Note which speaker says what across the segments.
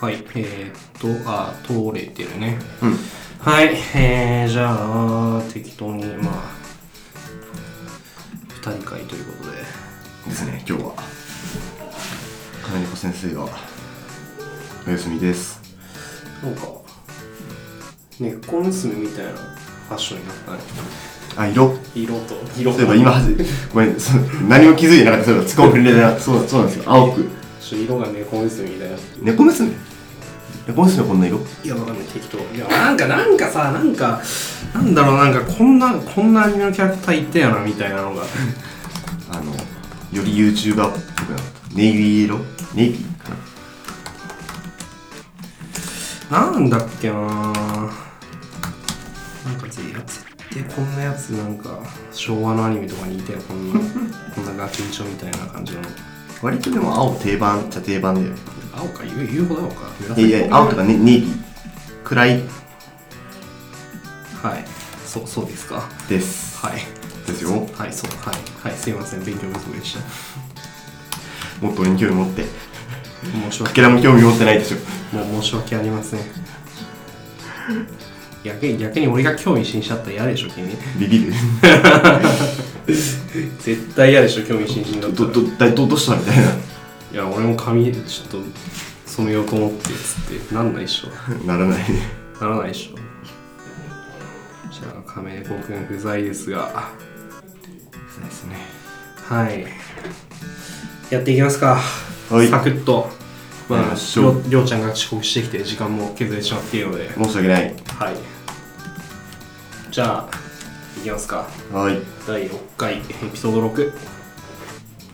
Speaker 1: はい。えー、っと、あ、通れてるね。
Speaker 2: うん
Speaker 1: はい。えー、じゃあ、適当に、まあ、二人会ということで。
Speaker 2: ですね今日は金子先生がお休みです
Speaker 1: なんか、根っこ娘みたいなファッションになったね。
Speaker 2: あ色
Speaker 1: 色と、色
Speaker 2: そういえば今はじごめんそう何も気づいてなかったそういえば突っ込む触れてなそうそうなんですよ青く
Speaker 1: ちょ色が猫娘みたいな。
Speaker 2: 猫娘猫娘こんな色
Speaker 1: いや、わかんない、適当。いや、なんか、なんかさ、なんか、なんだろう、なんか、こんな、こんなアニメのキャラクターいたよな、みたいなのが。
Speaker 2: あのより YouTuber っぽくなったネイビー色ネイビーかな
Speaker 1: なんだっけななんか、ぜやつって、こんなやつ、なんか、昭和のアニメとかにいたよ、こんな、こんなガキンチョみたいな感じの。
Speaker 2: 割とでも青定番っちゃ定番だよね
Speaker 1: 青か、言う言うほど青か。
Speaker 2: いやいや青とかねネイビー暗い
Speaker 1: はい。そう、そうですか。
Speaker 2: です
Speaker 1: はい。
Speaker 2: ですよ
Speaker 1: はい、そう、はい。はい、すいません、勉強不足でした。
Speaker 2: もっと俺に興味持って
Speaker 1: 申し
Speaker 2: か
Speaker 1: 訳
Speaker 2: けらも興味持ってないでしょ
Speaker 1: もう申し訳ありません逆に逆に俺が興味津々しちゃったら嫌でしょ君
Speaker 2: ビビる
Speaker 1: 絶対嫌でしょ興味津々だった
Speaker 2: ど
Speaker 1: ら
Speaker 2: どだどどうしたみたいない
Speaker 1: や俺も髪ちょっと染めようと思ってつってなんないでしょ
Speaker 2: ならないね
Speaker 1: ならないでしょじゃあ亀猫くん不在ですが
Speaker 2: そうですね
Speaker 1: はいやっていきますか、
Speaker 2: はい
Speaker 1: サクッと
Speaker 2: やり
Speaker 1: まあ
Speaker 2: ましょ
Speaker 1: り
Speaker 2: う
Speaker 1: ょりょうちゃんが遅刻してきて時間も削れてしまっているので
Speaker 2: 申し訳ない
Speaker 1: はいじゃあいきますか
Speaker 2: はい
Speaker 1: 第6回エピソード6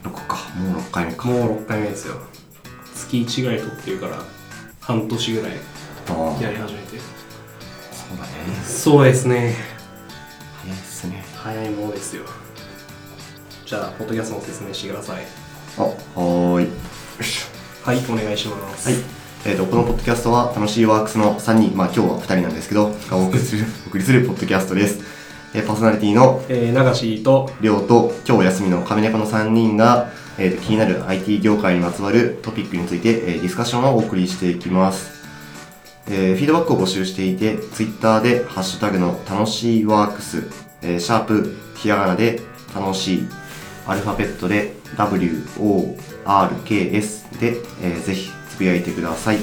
Speaker 2: 6かもう6回目か
Speaker 1: もう6回目ですよ月1ぐらい撮ってるから半年ぐらい
Speaker 2: ああ
Speaker 1: やり始めて
Speaker 2: そうだね
Speaker 1: そうですね
Speaker 2: 早いっすね
Speaker 1: 早いものですよじゃあポッドキャストの説明してください
Speaker 2: あはーいよいしょ
Speaker 1: はいお願いします
Speaker 2: はい、えー、とこのポッドキャストは楽しいワークスの3人、まあ、今日は2人なんですけどがお送り するお送りするポッドキャストです、えーパーソナリティの
Speaker 1: えー、流しと
Speaker 2: りょうと今日お休みの亀猫の3人が、えーと気になる IT 業界にまつわるトピックについて、えーディスカッションをお送りしていきます、えーフィードバックを募集していて Twitter で「ハッシュタグの楽しいワークス」えーシャープひらがなで楽しいアルファベットで WORKS で、えーぜひつぶやいてください、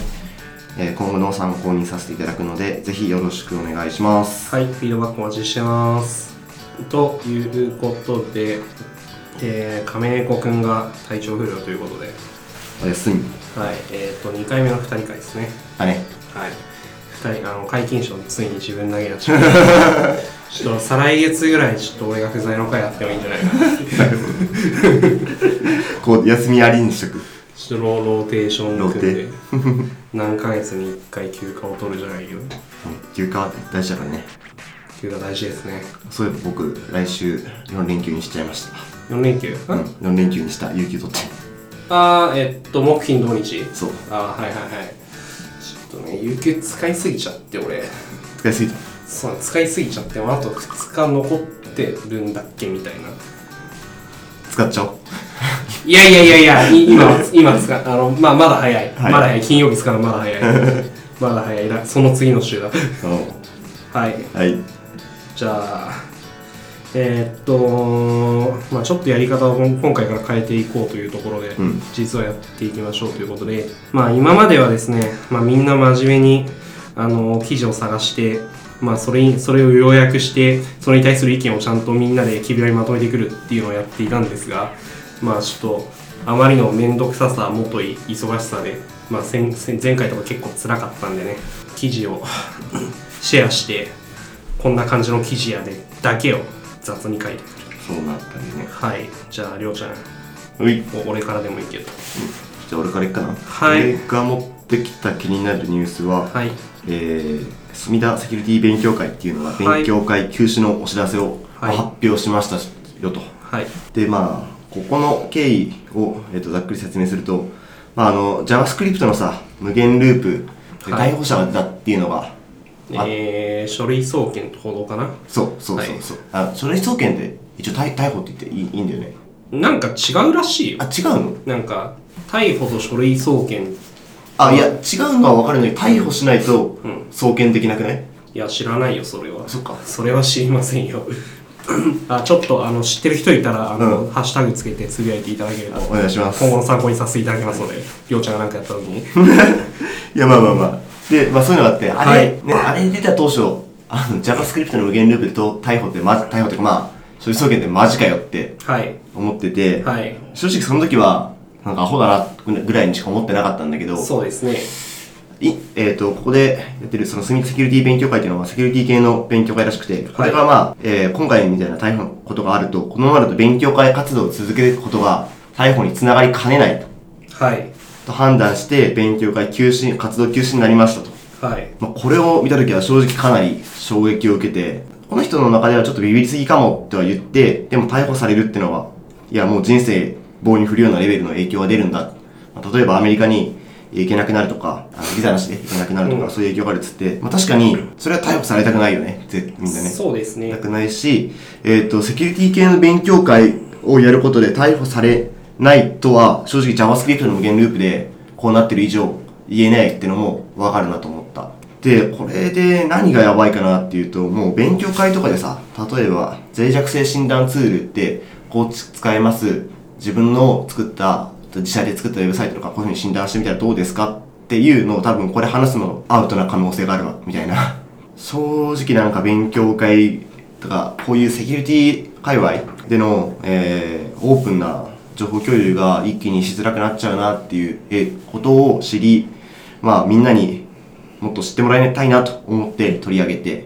Speaker 2: えー今後の参考にさせていただくのでぜひよろしくお願いします
Speaker 1: はいフィードバックお待ちしてますということで、えー、亀猫くんが体調不良ということで
Speaker 2: おやすみ
Speaker 1: はいえっ、と2回目の2人会ですね
Speaker 2: あね
Speaker 1: はい。二人、あの、皆勤賞ついに自分投げやっちゃ った。ちょっと再来月ぐらいちょっと俺が不在の回やってもいいんじゃないかな。
Speaker 2: こう休みありにしとく
Speaker 1: ちょっとローローテーション組んで
Speaker 2: ロ、
Speaker 1: 何ヶ月に1回休暇を取るじゃないよ。
Speaker 2: 休暇大事だからね
Speaker 1: 休暇大事ですね。
Speaker 2: そういえば僕来週4連休にしちゃいました
Speaker 1: 4連休、
Speaker 2: うん4連休にした有給取って
Speaker 1: あー、えっと、木金土日。
Speaker 2: そう
Speaker 1: あー、はいはいはい。ちょっとね、有給使いすぎちゃって俺。
Speaker 2: 使いすぎた
Speaker 1: そう、使いすぎちゃって、あと2日残ってるんだっけみたいな。
Speaker 2: 使っちゃおう
Speaker 1: いやいやいやいや、い今、今使う、あの、まあ、まだ早い。
Speaker 2: はい
Speaker 1: まだ早い。金曜日使うのまだ早い。まだ早いだ。その次の週だ。
Speaker 2: う
Speaker 1: はい。
Speaker 2: んはい
Speaker 1: じゃあ、えーっと、まあちょっとやり方を今今回から変えていこうというところで、
Speaker 2: ん
Speaker 1: 実はやっていきましょうということで、まあ今まではですね、まあみんな真面目に、あの、記事を探して、まあそれに、それを要約して、それに対する意見をちゃんとみんなで切り取りまとめてくるっていうのをやっていたんですが、まあちょっと、あまりの面倒くささ、もとい忙しさで、まあ先先前回とか結構辛かったんでね、記事を シェアして、こんな感じの記事やでだけを雑に書いてくる
Speaker 2: そうなったんでね
Speaker 1: はいじゃありょうちゃん
Speaker 2: うい
Speaker 1: お俺からでもいいけど
Speaker 2: じゃあ俺からいっかな
Speaker 1: はい
Speaker 2: 俺が持ってきた気になるニュースは、
Speaker 1: はい
Speaker 2: えー、墨田セキュリティ勉強会っていうのが
Speaker 1: はい
Speaker 2: 勉強会休止のお知らせを
Speaker 1: はい
Speaker 2: 発表しましたよと、
Speaker 1: はい
Speaker 2: でまあここの経緯を、えっとざっくり説明すると、まあ、あの JavaScript のさ無限ループで
Speaker 1: はい
Speaker 2: 逮捕者が出たっていうのが、あ
Speaker 1: えー、書類送検と報道かな
Speaker 2: そうそうそうそう、あ書類送検で一応逮逮捕って言っていいいいんだよね
Speaker 1: なんか違うらしいよ
Speaker 2: あ違うの
Speaker 1: なんか逮捕と書類送検
Speaker 2: あいや違うのは分かるのに逮捕しないと
Speaker 1: うん
Speaker 2: 送検できなくない
Speaker 1: いや知らないよそれは
Speaker 2: そっか
Speaker 1: それは知りません よあちょっとあの知ってる人いたらあの、
Speaker 2: うん
Speaker 1: ハッシュタグつけてつぶやいていただけると
Speaker 2: お願いします
Speaker 1: 今後の参考にさせていただきますのでりょうちゃんが何かやった時 に
Speaker 2: いやまあまあまあで、まあ、そういうのがあってあれ、
Speaker 1: はい
Speaker 2: ね、あれ出た当初あの JavaScript の無限ループでと逮捕って、ま、逮捕というかまあ書類送検ってマジかよって
Speaker 1: はい
Speaker 2: 思ってて、
Speaker 1: はい
Speaker 2: 正直その時はなんかアホだなぐらいにしか思ってなかったんだけど
Speaker 1: そうですね
Speaker 2: いえー、とここでやってるそのスミセキュリティ勉強会っていうのはセキュリティ系の勉強会らしくてこれがまあ、えー今回みたいな逮捕のことがあるとこのままだと勉強会活動を続けることが逮捕につながりかねないと
Speaker 1: はい
Speaker 2: と判断して勉強会休止活動休止になりましたと、
Speaker 1: はい
Speaker 2: まあ、これを見た時は正直かなり衝撃を受けてこの人の中ではちょっとビビりすぎかもとは言ってでも逮捕されるってのはいやもう人生棒に振るようなレベルの影響が出るんだ、まあ例えばアメリカに行けなくなるとかあのビザなしで行けなくなるとか、
Speaker 1: うん
Speaker 2: そういう影響があるっつって、まあ、確かにそれは逮捕されたくないよねぜみんなね
Speaker 1: そうですね
Speaker 2: なくないし、えー、とセキュリティ系の勉強会をやることで逮捕されないとは正直 JavaScript の無限ループでこうなってる以上言えないってのも分かるなと思ったでこれで何がやばいかなっていうともう勉強会とかでさ例えば脆弱性診断ツールってこう使えます自分の作った自社で作ったウェブサイトとかこういうふうに診断してみたらどうですかっていうのを多分これ話すのアウトな可能性があるわみたいな正直なんか勉強会とかこういうセキュリティ界隈での、えーオープンな情報共有が一気にしづらくなっちゃうなっていうえことを知りまあみんなにもっと知ってもらいたいなと思って取り上げて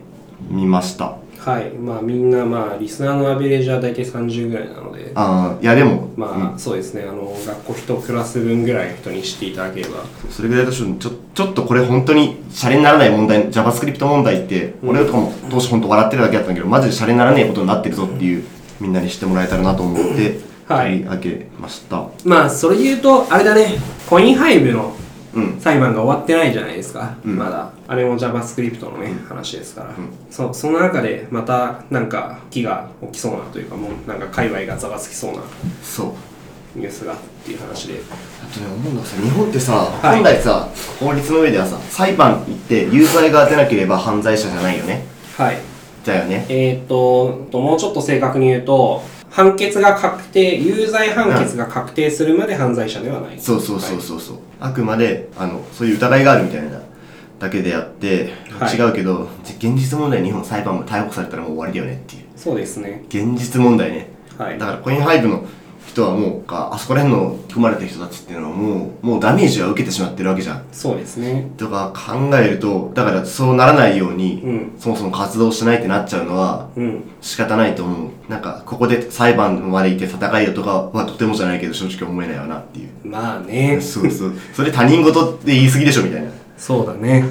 Speaker 2: みました
Speaker 1: はいまあみんなまあリスナーのアベレージは大体30ぐらいなので
Speaker 2: あーいやでも、
Speaker 1: まあ、そうですねあの学校一クラス分ぐらいの人に知っていただければ
Speaker 2: うんそれぐらいだとちょちょちょっとこれ本当にシャレにならない問題 JavaScript 問題って俺とかも当初本当笑ってるだけだったんだけどマジでシャレにならねえことになってるぞっていうみんなに知ってもらえたらなと思って
Speaker 1: はい
Speaker 2: 取り上げました、
Speaker 1: まあそれで言うとあれだねコインハイブの
Speaker 2: うん
Speaker 1: 裁判が終わってないじゃないですか、
Speaker 2: うん
Speaker 1: まだあれも JavaScript のね、話ですから、
Speaker 2: ん
Speaker 1: そうその中でまたなんか火が起きそうなというかもうなんか界隈がざわつきそうな
Speaker 2: そう
Speaker 1: ニュースがっていう話で
Speaker 2: あとね思うのはさ日本ってさ、
Speaker 1: い
Speaker 2: 本来さ法律の上ではさ裁判行って有罪が出なければ犯罪者じゃないよね
Speaker 1: はい
Speaker 2: だよね
Speaker 1: えー、っとともうちょっと正確に言うと判決が確定有罪判決が確定するまで犯罪者ではない
Speaker 2: そうそうそうそうそう、あくまであのそういう疑いがあるみたいなだけであって、
Speaker 1: はい
Speaker 2: 違うけど現実問題日本裁判も逮捕されたらもう終わりだよねっていう
Speaker 1: そうですね
Speaker 2: 現実問題ね
Speaker 1: はい
Speaker 2: だからコインハイブの人はもうかあそこら辺の組まれた人たちっていうのはもうもうダメージは受けてしまってるわけじゃん
Speaker 1: そうですね
Speaker 2: とか考えるとだからそうならないように、
Speaker 1: うん
Speaker 2: そもそも活動しないってなっちゃうのは
Speaker 1: うん
Speaker 2: 仕方ないと思うなんかここで裁判まで行って戦いよとかはとてもじゃないけど正直思えないわなっていう
Speaker 1: まあね
Speaker 2: そうそうそれ他人事って言い過ぎでしょみたいなっ
Speaker 1: そうだね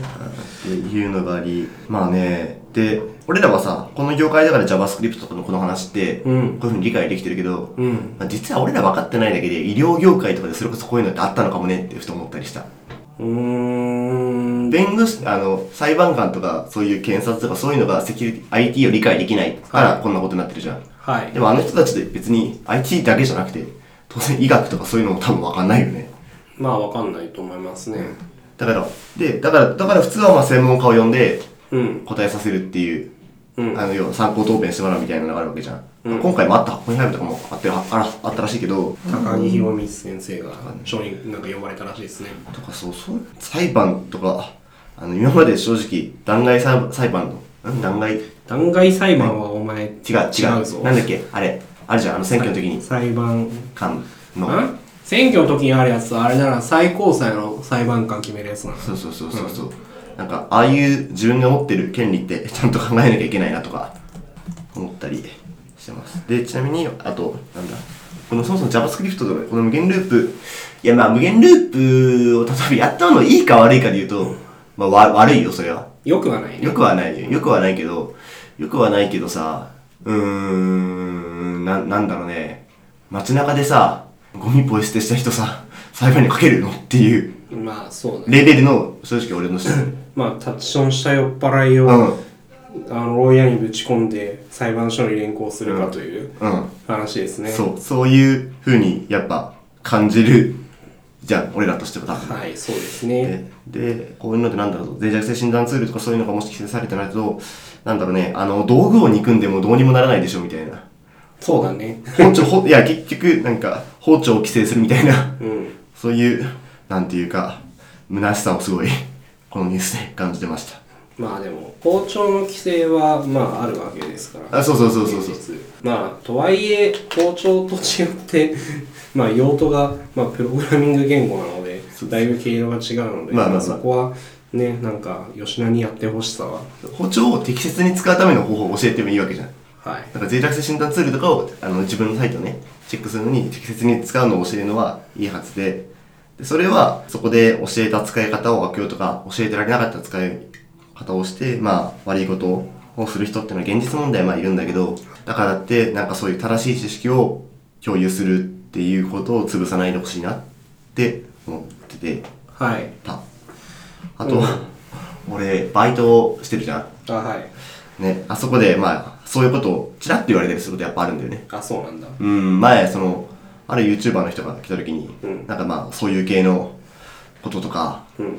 Speaker 2: ていうのがありまあねで俺らはさこの業界だから JavaScript とかのこの話って、
Speaker 1: うん
Speaker 2: こういうふうに理解できてるけど、
Speaker 1: うん
Speaker 2: まあ実は俺ら分かってないだけで医療業界とかでそれこそこういうのってあったのかもねってふと思ったりした
Speaker 1: うーん
Speaker 2: 弁護士あの裁判官とかそういう検察とかそういうのがセキュリティ IT を理解できないからこんなことになってるじゃん、
Speaker 1: はい
Speaker 2: でもあの人たちって別に IT だけじゃなくて当然医学とかそういうのも多分分かんないよね
Speaker 1: まあわかんないと思いますね
Speaker 2: だからでだからだから普通はまあ専門家を呼んで
Speaker 1: うん
Speaker 2: 答えさせるっていう、
Speaker 1: うん
Speaker 2: あの要は参考答弁してもらうみたいなのがあるわけじゃん、
Speaker 1: うん
Speaker 2: 今回もあった本イブとかもあってあああったらしいけど
Speaker 1: 高木宏光先生が書になんか呼ばれたらしいですね
Speaker 2: とかそうそう裁判とかあの今まで正直弾劾裁裁判のん弾劾
Speaker 1: 弾劾裁判はお前違う
Speaker 2: 違う違う
Speaker 1: ぞ
Speaker 2: なんだっけあれあるじゃんあの選挙の時に
Speaker 1: 裁判
Speaker 2: 官の
Speaker 1: ん選挙の時にあるやつあれなら最高裁の裁判官決めるやつなの
Speaker 2: そうそうそうそうそうなんかああいう自分が持ってる権利って ちゃんと考えなきゃいけないなとか思ったりしてますでちなみにあとなんだこのそもそも JavaScript とかこの無限ループいやまあ無限ループを例えばやったのいいか悪いかで言うとまあわ悪いよそれは
Speaker 1: よくはないね
Speaker 2: よくはないよ。よくはないけど、よくはないけどさ、うーん、な、なんだろうね。街中でさ、ゴミポイ捨てした人さ、裁判にかけるのっていう
Speaker 1: まあそうだね
Speaker 2: レベルの、正直俺の視点。
Speaker 1: まあタッチションした酔っ払いを、
Speaker 2: うん。うん。
Speaker 1: あの牢屋にぶち込んで裁判所に連行するかという話ですね、
Speaker 2: そう、そういう風にやっぱ感じるじゃあ俺らとしては多分
Speaker 1: はい、そうですね。
Speaker 2: ねで、こういうのってなんだろう、脆弱性診断ツールとかそういうのがもし規制されてないと、なんだろうね、あの、道具を憎んでもどうにもならないでしょ、みたいな。
Speaker 1: そうだね。
Speaker 2: 包丁、ほいや、結局、なんか、包丁を規制するみたいな、
Speaker 1: うん。
Speaker 2: そういう、なんていうか、虚しさをすごい、このニュースで感じてました。
Speaker 1: まあでも、包丁の規制は、まああるわけですから。
Speaker 2: あ、そうそうそうそうそう。
Speaker 1: 現実まあ、とはいえ、包丁と違って、 まあ用途が、まあプログラミング言語なので、だいぶ経路が違うので、
Speaker 2: まあまあまあ
Speaker 1: そこは、ね、なんか、吉田にやってほしさは、
Speaker 2: 包丁を適切に使うための方法を教えてもいいわけじゃん。
Speaker 1: はい。
Speaker 2: なんか脆弱性診断ツールとかをあの自分のサイトね、チェックするのに適切に使うのを教えるのはいいはずで、でそれはそこで教えた使い方を悪用とか、教えてられなかった使い方をして、まあ悪いことをする人っていうのは現実問題まあいるんだけど、だからってなんかそういう正しい知識を共有するっていうことを潰さないでほしいなって思ってて
Speaker 1: はい。
Speaker 2: た。あと、俺バイトをしてるじゃん。
Speaker 1: あ、はい。
Speaker 2: ね、あそこで、まあ、そういうことをちらっと言われたりすることやっぱあるんだよね。
Speaker 1: あ、そうなんだ。
Speaker 2: うん、前、その、ある YouTuber の人が来た時に、
Speaker 1: うん
Speaker 2: なんかまあ、そういう系のこととか
Speaker 1: うん。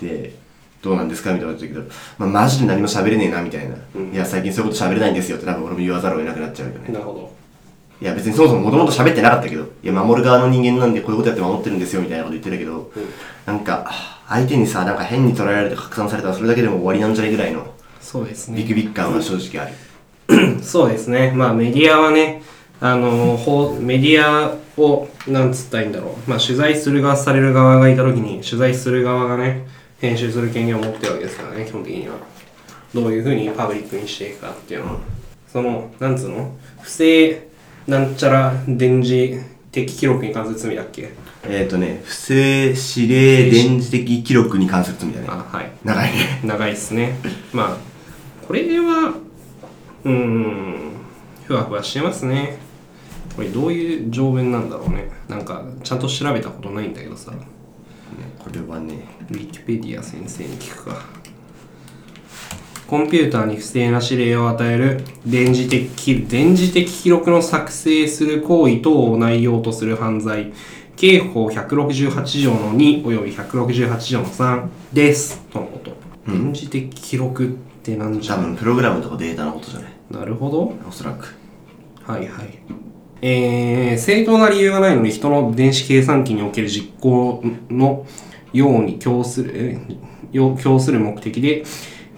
Speaker 2: で、どうなんですかみたいなこと言ったけど、まあ、マジで何も喋れねえな、みたいな。
Speaker 1: うん
Speaker 2: いや、最近そういうこと喋れないんですよって多分俺も言わざるを得なくなっちゃうよね。
Speaker 1: なるほ
Speaker 2: いや、別にそもそももともと喋ってなかったけど、いや、守る側の人間なんでこういうことやって守ってるんですよ、みたいなこと言ってたけど、
Speaker 1: ど。うん。
Speaker 2: なんか、相手にさ、なんか変に捉えられて拡散されたらそれだけでも終わりなんじゃないぐらいの、
Speaker 1: そうですね。
Speaker 2: ビクビク感は正直ある。
Speaker 1: そうですね、まあ、メディアはね、あのほメディアを、なんつったらいいんだろう、まあ、取材する側、される側がいたときに、取材する側がね、編集する権限を持ってるわけですからね、基本的には。どういうふうにパブリックにしていくかっていうのは、その、なんつうの、不正なんちゃら電磁的記録に関する罪だっけ
Speaker 2: えっ、ー、とね、不正指令電磁的記録に関する罪だね。
Speaker 1: あ、はい。
Speaker 2: 長いね。
Speaker 1: 長いですね。まあ、これは、うーん、ふわふわしてますね。これどういう条文なんだろうね。なんか、ちゃんと調べたことないんだけどさ。
Speaker 2: これはね、
Speaker 1: ウィキペディア先生に聞くか。コンピューターに不正な指令を与える電磁的記、電磁的記録の作成する行為等を内容とする犯罪、刑法168条の2および168条の3です。とのこと。電磁的記録ってなんじ
Speaker 2: 多
Speaker 1: ゃ、
Speaker 2: 分プログラムとかデータのことじゃない。
Speaker 1: なるほど。
Speaker 2: おそらく。
Speaker 1: はいはい。えー、正当な理由がないのに人の電子計算機における実行のように供する、えよ供する目的で、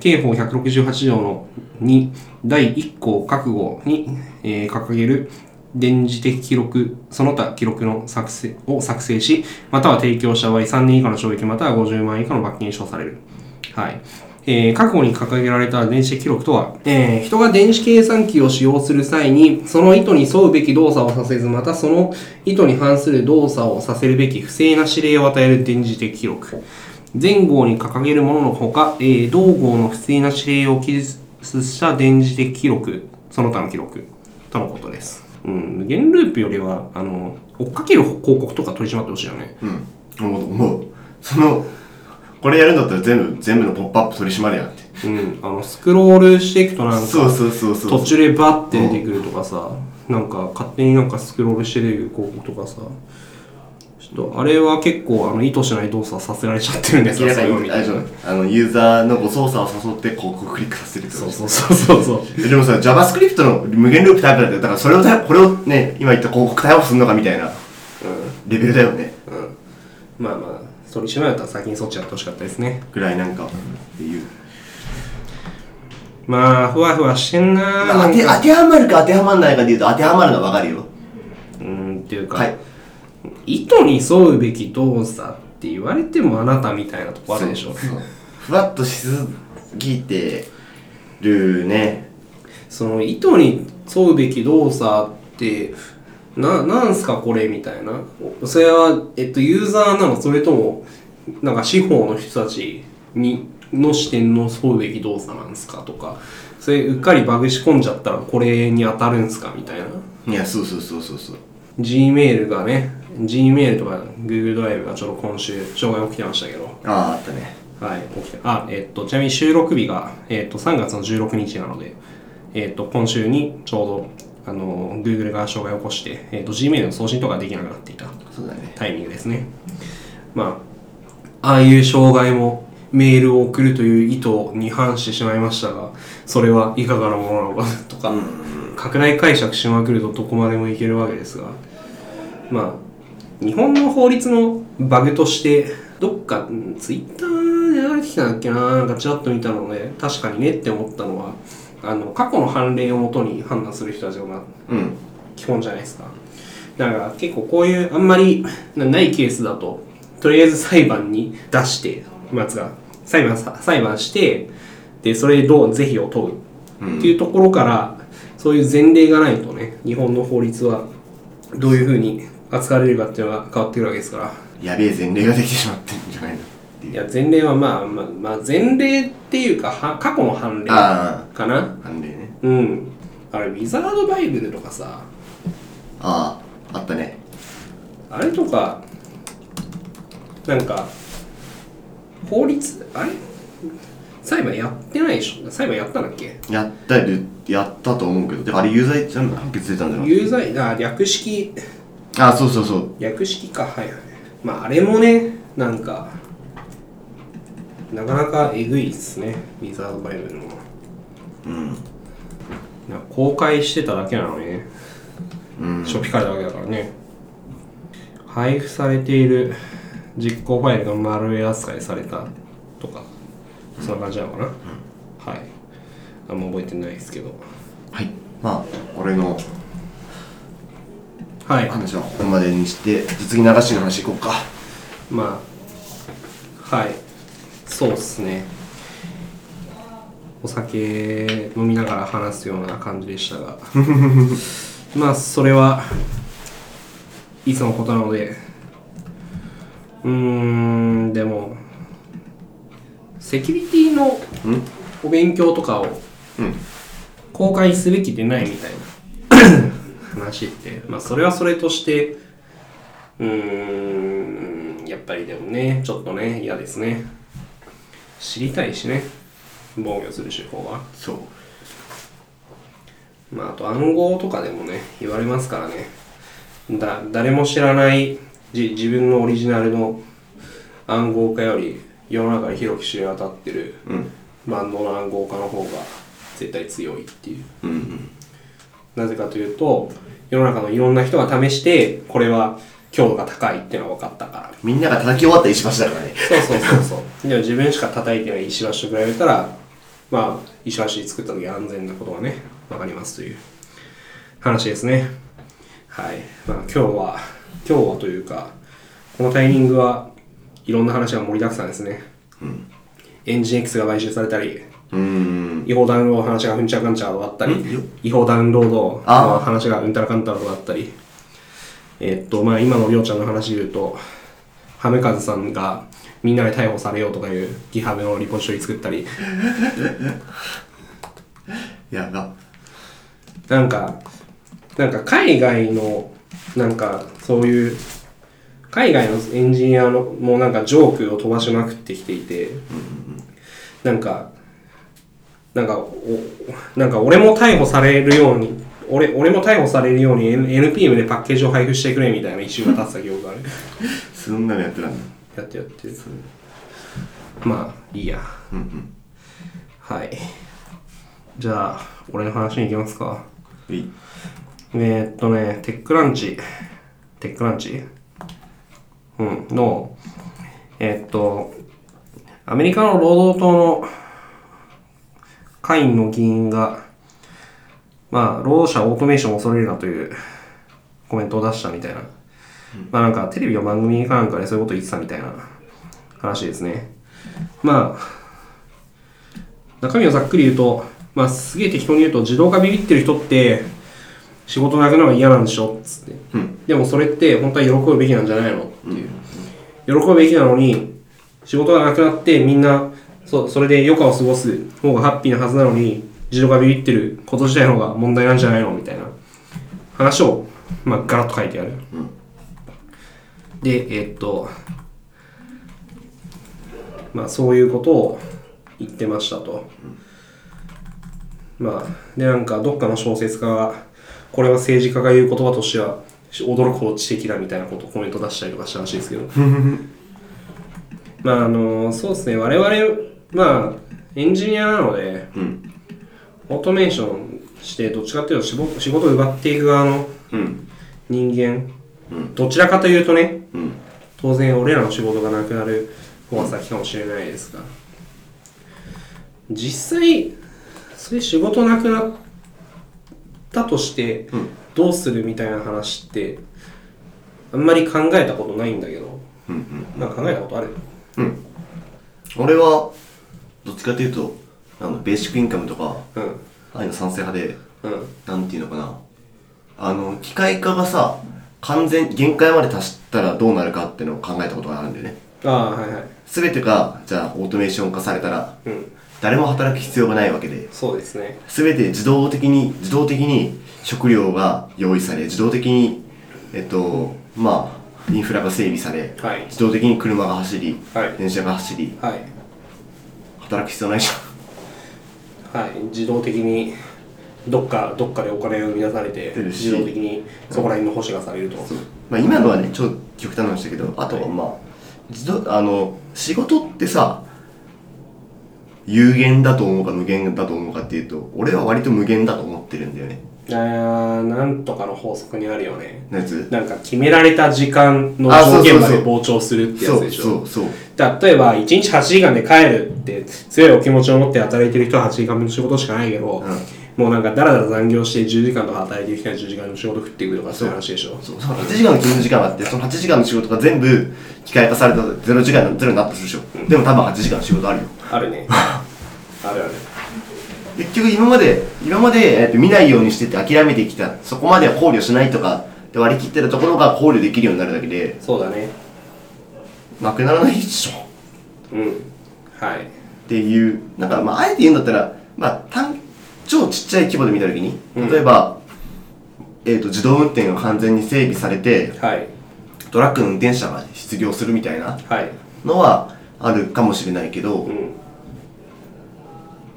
Speaker 1: 刑法168条の2、第1項覚悟に、えー掲げる電磁的記録、その他記録の作成を作成し、または提供した場合3年以下の懲役または50万円以下の罰金に処される。はい。えー、過去に掲げられた電子記録とは、えー人が電子計算機を使用する際に、その意図に沿うべき動作をさせず、またその意図に反する動作をさせるべき不正な指令を与える電磁的記録。前号に掲げるもののほか、えー同号の不正な指令を記述した電磁的記録、その他の記録、とのことです。うん、無限ループよりは、あの、追っかける広告とか取り締まってほしいよね。
Speaker 2: うん。思う、思う。その、これやるんだったら全部、全部のポップアップ取り締まれやって。
Speaker 1: うん、あの、スクロールしていくとなんか、
Speaker 2: そうそうそうそう。
Speaker 1: 途中でバッて出てくるとかさ、なんか勝手になんかスクロールして出る広告とかさちょっとあれは結構あの意図しない動作させられちゃってるんです
Speaker 2: 明
Speaker 1: よ
Speaker 2: らかに
Speaker 1: そういうの
Speaker 2: あれじゃないあの、ユーザーのご操作を誘って広告をクリックさせるってこと
Speaker 1: そうそうそうそうそう
Speaker 2: えでもさ、JavaScript の無限ループタイプだって、だからそれをた、これをね、今言った広告対応するのかみたいなレベルだよね。
Speaker 1: まあまあ取り締まれたら先にそっちやってほしかったですね
Speaker 2: ぐらいなんか、っていう。
Speaker 1: まあふわふわしてんなー
Speaker 2: まあ
Speaker 1: なん
Speaker 2: 当て
Speaker 1: か
Speaker 2: 当てはまるか当てはまらないかで言うと当てはまるのはわかるよ
Speaker 1: うんっていうか、
Speaker 2: はい
Speaker 1: 意図に沿うべき動作って言われてもあなたみたいなとこあるでしょ
Speaker 2: そうそうふわっとしすぎてるね
Speaker 1: その意図に沿うべき動作ってななんすかこれみたいなおそれは、えっと、ユーザーなのそれともなんか司法の人たちにの視点の沿うべき動作なんですかとかそれうっかりバグ仕込んじゃったらこれに当たるんすかみたいない
Speaker 2: やそうそうそうそうそう
Speaker 1: Gmail がね Gmail とか Google ドライブがちょうど今週障害起きてましたけど
Speaker 2: あああったね
Speaker 1: はい、起きたあ、えっと、ちなみに収録日が、えっと、3月の16日なので、えっと、今週にちょうどあの Google が障害を起こして、えー、と Gmail の送信とかできなくなっていた
Speaker 2: そうだね
Speaker 1: タイミングですね。まあ、ああいう障害もメールを送るという意図に反してしまいましたが、それはいかがなものなのかとか、拡大解釈しまくるとどこまでもいけるわけですが、まあ、日本の法律のバグとして、どっか、ツイッターで流れてきたんだっけな、なんかちらっと見たので、確かにねって思ったのは、あの、過去の判例をもとに判断する人たちが
Speaker 2: うん
Speaker 1: 基本じゃないですかだから結構こういうあんまりなないケースだととりあえず裁判に出してまあつうか裁判さ裁判してでそれでどう是非を問うっていうところから、そういう前例がないとね日本の法律はどういうふうに扱われるかっていうのが変わってくるわけですから
Speaker 2: やべえ前例ができてしまってるんじゃないのって
Speaker 1: い
Speaker 2: いう
Speaker 1: や前例はまあまあ、まあ、前例っていうかは過去の判例
Speaker 2: あ
Speaker 1: かな
Speaker 2: 判例ね
Speaker 1: うんあれウィザードバイブルとかさ
Speaker 2: あああったね
Speaker 1: あれとか、なんか、法律、あれ裁判やってないでしょ裁判やったんだっけ
Speaker 2: やったるやったと思うけどでもあれ有罪じゃん判決出たんじゃなかっ
Speaker 1: 有罪、あ、略式、
Speaker 2: たあそうそうそう
Speaker 1: 略式か、はいはい。まあ、あれもね、なんか、なかなかえぐいっすね、ウィザードバイブルの。
Speaker 2: うん
Speaker 1: なんか公開してただけなのにね。
Speaker 2: うん
Speaker 1: ショピカルだけだからね。配布されている実行ファイルがマルウェア扱いされたとか、そんな感じなのかな、はい。あんま覚えてないですけど。
Speaker 2: はいまあ俺の
Speaker 1: はい。
Speaker 2: 話はここまでにしてじゃあ次流しの話いこうか
Speaker 1: まあ、はい。そうっすね。お酒飲みながら話すような感じでしたが。 まあ、それはいつのことなので。うーん、でも、セキュリティの
Speaker 2: うん
Speaker 1: お勉強とかを
Speaker 2: うん
Speaker 1: 公開すべきでないみたいな 話って、まあ、それはそれとしてうーんやっぱりでもねちょっとね嫌ですね知りたいしね防御する手法は
Speaker 2: そう
Speaker 1: まあ、あと暗号とかでもね言われますからねだ誰も知らないじ自分のオリジナルの暗号化より世の中に広く知れ渡ってる
Speaker 2: うん
Speaker 1: バンドの暗号化の方が絶対強いっていう
Speaker 2: うんうん
Speaker 1: なぜかというと世の中のいろんな人が試してこれは強度が高いっていうのは分かったから
Speaker 2: みんなが叩き終わった石橋だからね
Speaker 1: そうそうそうそうでも自分しか叩いてない石橋と比べたらまあ石橋作った時は安全なことがね分かりますという話ですねはいまあ今日は今日はというかこのタイミングはいろんな話が盛りだくさんですね、エンジン X が買収されたり
Speaker 2: うーん
Speaker 1: 違法ダウンロードの話がうんちゃかんちゃだったり
Speaker 2: んよ、
Speaker 1: 違法ダウンロード
Speaker 2: あ
Speaker 1: の
Speaker 2: ー
Speaker 1: 話がうんたらかんたらとだったり、えっと、まあ今のりょうちゃんの話で言うと、ハムカズさんがみんなで逮捕されようとかいうギハブのリポジトリ作ったり、
Speaker 2: やば
Speaker 1: なんか、なんか海外の、なんかそういう、海外のエンジニアのもうなんかジョークを飛ばしまくってきていて、なんか、なんか、おなんか俺も逮捕されるように、俺俺も逮捕されるように N- NPM でパッケージを配布してくれみたいな一周が立つた記憶がある。
Speaker 2: そんなのやってらんない
Speaker 1: やってやって。まあ、いいや。
Speaker 2: うんうん
Speaker 1: はい。じゃあ、俺の話に行きますか。
Speaker 2: うい
Speaker 1: えーっとね、テックランチ、テックランチうん、の、えーっと、アメリカの労働党の会員の議員が、まあ、労働者オートメーションを恐れるなというコメントを出したみたいな。まあなんか、テレビの番組かなんかでそういうこと言ってたみたいな話ですね。まあ、中身をざっくり言うと、まあ、すげえ適当に言うと、自動化ビビってる人って、仕事なくなるのが嫌なんでしょっつって、
Speaker 2: うん
Speaker 1: でもそれって本当は喜ぶべきなんじゃないのっていう、喜ぶべきなのに仕事がなくなってみんなそそれで余暇を過ごす方がハッピーなはずなのに自動がビビってること自体の方が問題なんじゃないのみたいな話を、まあ、ガラッと書いてある、
Speaker 2: ん
Speaker 1: でえーっとまあそういうことを言ってましたと、まあ、で、なんか、どっかの小説家が、これは政治家が言う言葉としては驚くほど知的だみたいなことをコメント出したりとかしたらしいですけどまああのそうですね我々まあエンジニアなので
Speaker 2: うん
Speaker 1: オートメーションしてどっちかっていうと仕事仕事を奪っていく側の
Speaker 2: うん
Speaker 1: 人間、
Speaker 2: うん
Speaker 1: どちらかというとね
Speaker 2: うん
Speaker 1: 当然俺らの仕事がなくなる方が先かもしれないですが実際それ仕事なくなったとして
Speaker 2: うん
Speaker 1: どうするみたいな話ってあんまり考えたことないんだけど
Speaker 2: うんうん
Speaker 1: なんか考えたことある
Speaker 2: うん俺はどっちかというとあのベーシックインカムとか
Speaker 1: うん
Speaker 2: ああいうの賛成派で
Speaker 1: うん
Speaker 2: なんていうのかなあの機械化がさ完全限界まで達したらどうなるかっていうのを考えたことがあるんだよね
Speaker 1: ああはいはい
Speaker 2: 全てがじゃあオートメーション化されたら
Speaker 1: うん
Speaker 2: 誰も働く必要がないわけで
Speaker 1: そうですね
Speaker 2: 全て自動的に自動的に食料が用意され自動的にえっとまあインフラが整備され
Speaker 1: はい
Speaker 2: 自動的に車が走り、
Speaker 1: はい
Speaker 2: 電車が走り
Speaker 1: はい
Speaker 2: 働く必要ないじ
Speaker 1: はい自動的にどっかどっかでお金を生み出されて
Speaker 2: 出るし
Speaker 1: 自動的にそこら辺の保守がされると
Speaker 2: ゃん、 まあ、今のはね超極端な話だけどあとはまあ、自動あの仕事ってさ有限だと思うか無限だと思うかっていうと俺は割と無限だと思ってるんだよね
Speaker 1: あーなんとかの法則にあるよね
Speaker 2: のやつ
Speaker 1: なんか決められた時間の
Speaker 2: あそうそ
Speaker 1: 条
Speaker 2: うそう
Speaker 1: 件まで膨張するってやつ
Speaker 2: そう
Speaker 1: でしょ
Speaker 2: そうそう
Speaker 1: 例えば1日8時間で帰るって強いお気持ちを持って働いてる人は8時間分の仕事しかないけど、もうなんかだらだら残業して10時間とか働いてる人は10時間の仕事食っていくとかそういう話でしょ
Speaker 2: そうその8時間の勤務時間があってその8時間の仕事が全部機械化された0時間のゼロになったとするでしょでも多分8時間の仕事あるよ
Speaker 1: ある ねあるある
Speaker 2: 結局今まで今まで、えっと見ないようにしてて諦めてきたそこまでは考慮しないとかで割り切ってたところが考慮できるようになるだけで
Speaker 1: そうだね
Speaker 2: なくならないでしょっ
Speaker 1: うんはい
Speaker 2: ていうなんかまああえて言うんだったらまあ単超ちっちゃい規模で見た時に例えば、えっと自動運転が完全に整備されて
Speaker 1: はい
Speaker 2: トラックの運転者が失業するみたいな
Speaker 1: はい
Speaker 2: のはあるかもしれないけど、
Speaker 1: うん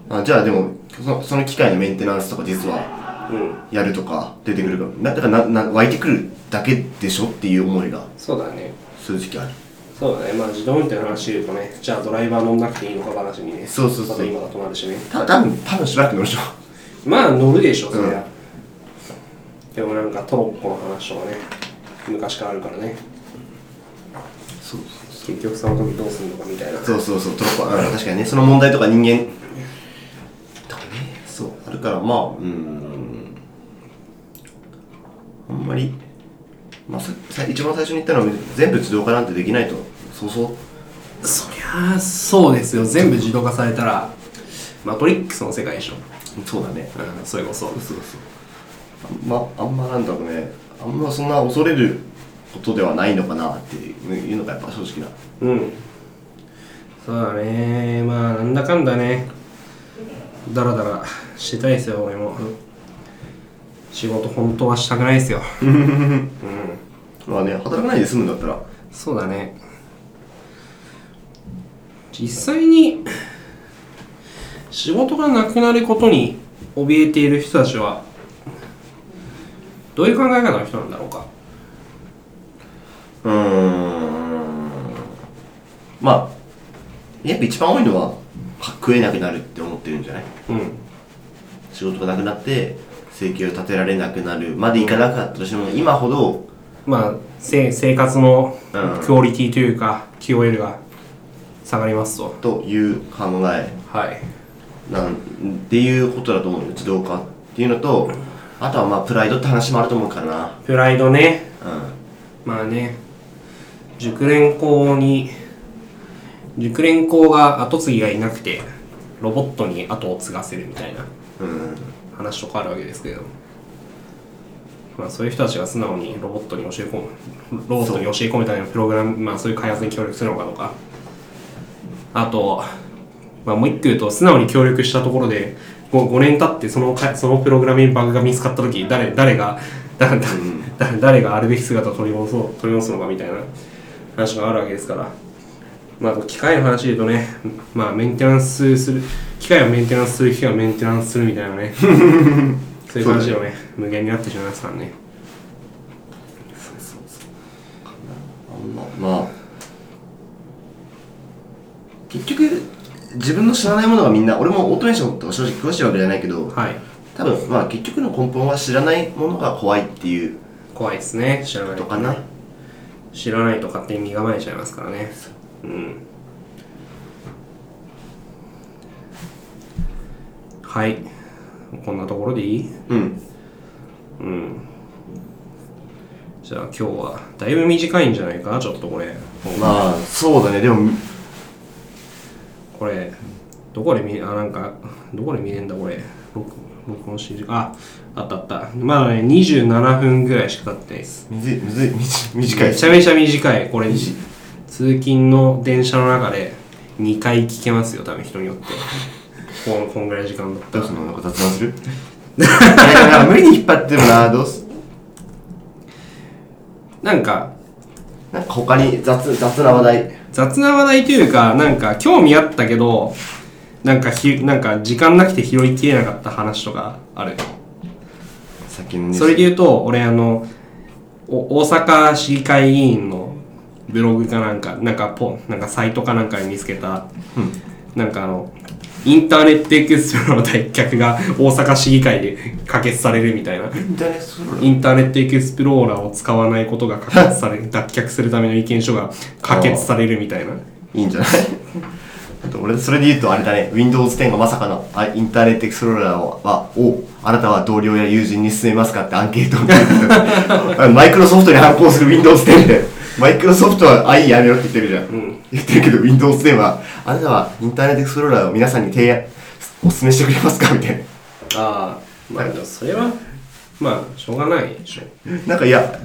Speaker 2: あじゃあでもそのその機械のメンテナンスとか実は
Speaker 1: うん
Speaker 2: やるとか出てくるかなだからなな湧いてくるだけでしょっていう思いが
Speaker 1: そうだね
Speaker 2: 正直ある
Speaker 1: そうだねまあ自動運転の話で言うとねじゃあドライバー乗んなくていいのか話にね
Speaker 2: そうそうそう
Speaker 1: また今だとなるしね
Speaker 2: た多分多分しばらく乗るでしょ
Speaker 1: まあ乗るでしょそりゃ、でもなんかトロッコの話とかね昔からあるからね
Speaker 2: そう
Speaker 1: 結局その時どうするのかみたいな
Speaker 2: そうそうそうトロッコうん確かにねその問題とか人間とかねそうあるからまあうーんあんまり、まあ、ささ一番最初に言ったのは全部自動化なんてできないとそうそう
Speaker 1: そりゃあそうですよ全部自動化されたらマトリックスの世界でしょ、
Speaker 2: そうだね
Speaker 1: うん、それこそ
Speaker 2: そうそうあんまあんまなんだろうねあんまそんな恐れることではないのかなっていうのがやっぱ正直な
Speaker 1: うんそうだねまあなんだかんだねだらだらしてたいですよ俺も仕事本当はしたくないですよ
Speaker 2: まあね働かないで済むんだったら
Speaker 1: そうだね実際に仕事がなくなることに怯えている人たちはどういう考え方の人なんだろうか
Speaker 2: うーんまあやっぱ一番多いのは食えなくなるって思ってるんじゃない
Speaker 1: うん
Speaker 2: 仕事がなくなって請求を立てられなくなるまでいかなかったとしても今ほど
Speaker 1: まあせ生活の
Speaker 2: うん
Speaker 1: クオリティというか QOL が下がりますと
Speaker 2: という考え
Speaker 1: はい
Speaker 2: なんっていうことだと思うよ自動化っていうのとあとはまあプライドって話もあると思うからな
Speaker 1: プライドね
Speaker 2: うん
Speaker 1: まあね熟練校に熟練校が後継ぎがいなくてロボットに後を継がせるみたいな
Speaker 2: うん
Speaker 1: 話とかあるわけですけど、まあ、そういう人たちが素直にロボットに教え込むロボットに教え込むためのプログラム、まあ、そういう開発に協力するのかとかあと、まあ、もう一個言うと素直に協力したところで 5, 年経ってそのかそのプログラミングバグが見つかった時誰誰がだだだ誰があるべき姿を取り戻そう取り戻すのかみたいな話があるわけですから。まあ、機械の話で言うとね、 まあ、メンテナンスする、機械をメンテナンスする、機械をメンテナンスするみたいなね、そういうそういう感じよね無限になってしまいますからね
Speaker 2: あんなまあ結局自分の知らないものがみんな俺もオートメーションとか正直詳しいわけじゃないけど
Speaker 1: はい
Speaker 2: 多分まあ結局の根本は知らないものが怖いっていう
Speaker 1: 怖いですね知らな
Speaker 2: こ
Speaker 1: い
Speaker 2: と
Speaker 1: と
Speaker 2: かな
Speaker 1: 知らないと勝手に身構えちゃいますからねうんはいこんなところでいい
Speaker 2: うん
Speaker 1: うんじゃあ今日はだいぶ短いんじゃないかなちょっとこれ
Speaker 2: まあそうだねでも
Speaker 1: これどこで見あなんかどこで見れんだこれ録録音してるああったあったまだね27分ぐらいしか経ってないです
Speaker 2: むずいむずいみ じ短い
Speaker 1: めちゃめちゃ短いこれ通勤の電車の中で2回聞けますよ多分人によってこんこんぐらい時間だった
Speaker 2: どう
Speaker 1: ら
Speaker 2: すんのなんか雑談 するいやなんか無理に引っ張ってもなどうす
Speaker 1: なんか
Speaker 2: なんか他に雑雑な話題
Speaker 1: 雑な話題というかなんか興味あったけどなんかひなんか時間なくて拾いきれなかった話とかある
Speaker 2: さっきのね
Speaker 1: それで言うと俺あのお大阪市議会議員のブログかなんかなんかポなんかサイトかなんかに見つけた、なんかあのインターネットエクストラの脱却が大阪市議会で可決されるみたいな
Speaker 2: インターネットスロー
Speaker 1: インターネットエクスプローラーを使わないことが可決される脱却するための意見書が可決されるみたいない
Speaker 2: いんじゃないあと俺それで言うとあれだね Windows 10がまさかのあインターネットエクスプローラーをはをあなたは同僚や友人に勧めますかってアンケートをあのマイクロソフトに反抗する Windows 10でマイクロソフトは i やめろって言ってるじゃん、言ってるけど Windows 10はあなたはインターネットエクスプローラーを皆さんに提案お勧めしてくれますかみたいな
Speaker 1: ああまあでもそれはまあしょうがないでしょ
Speaker 2: なんかいや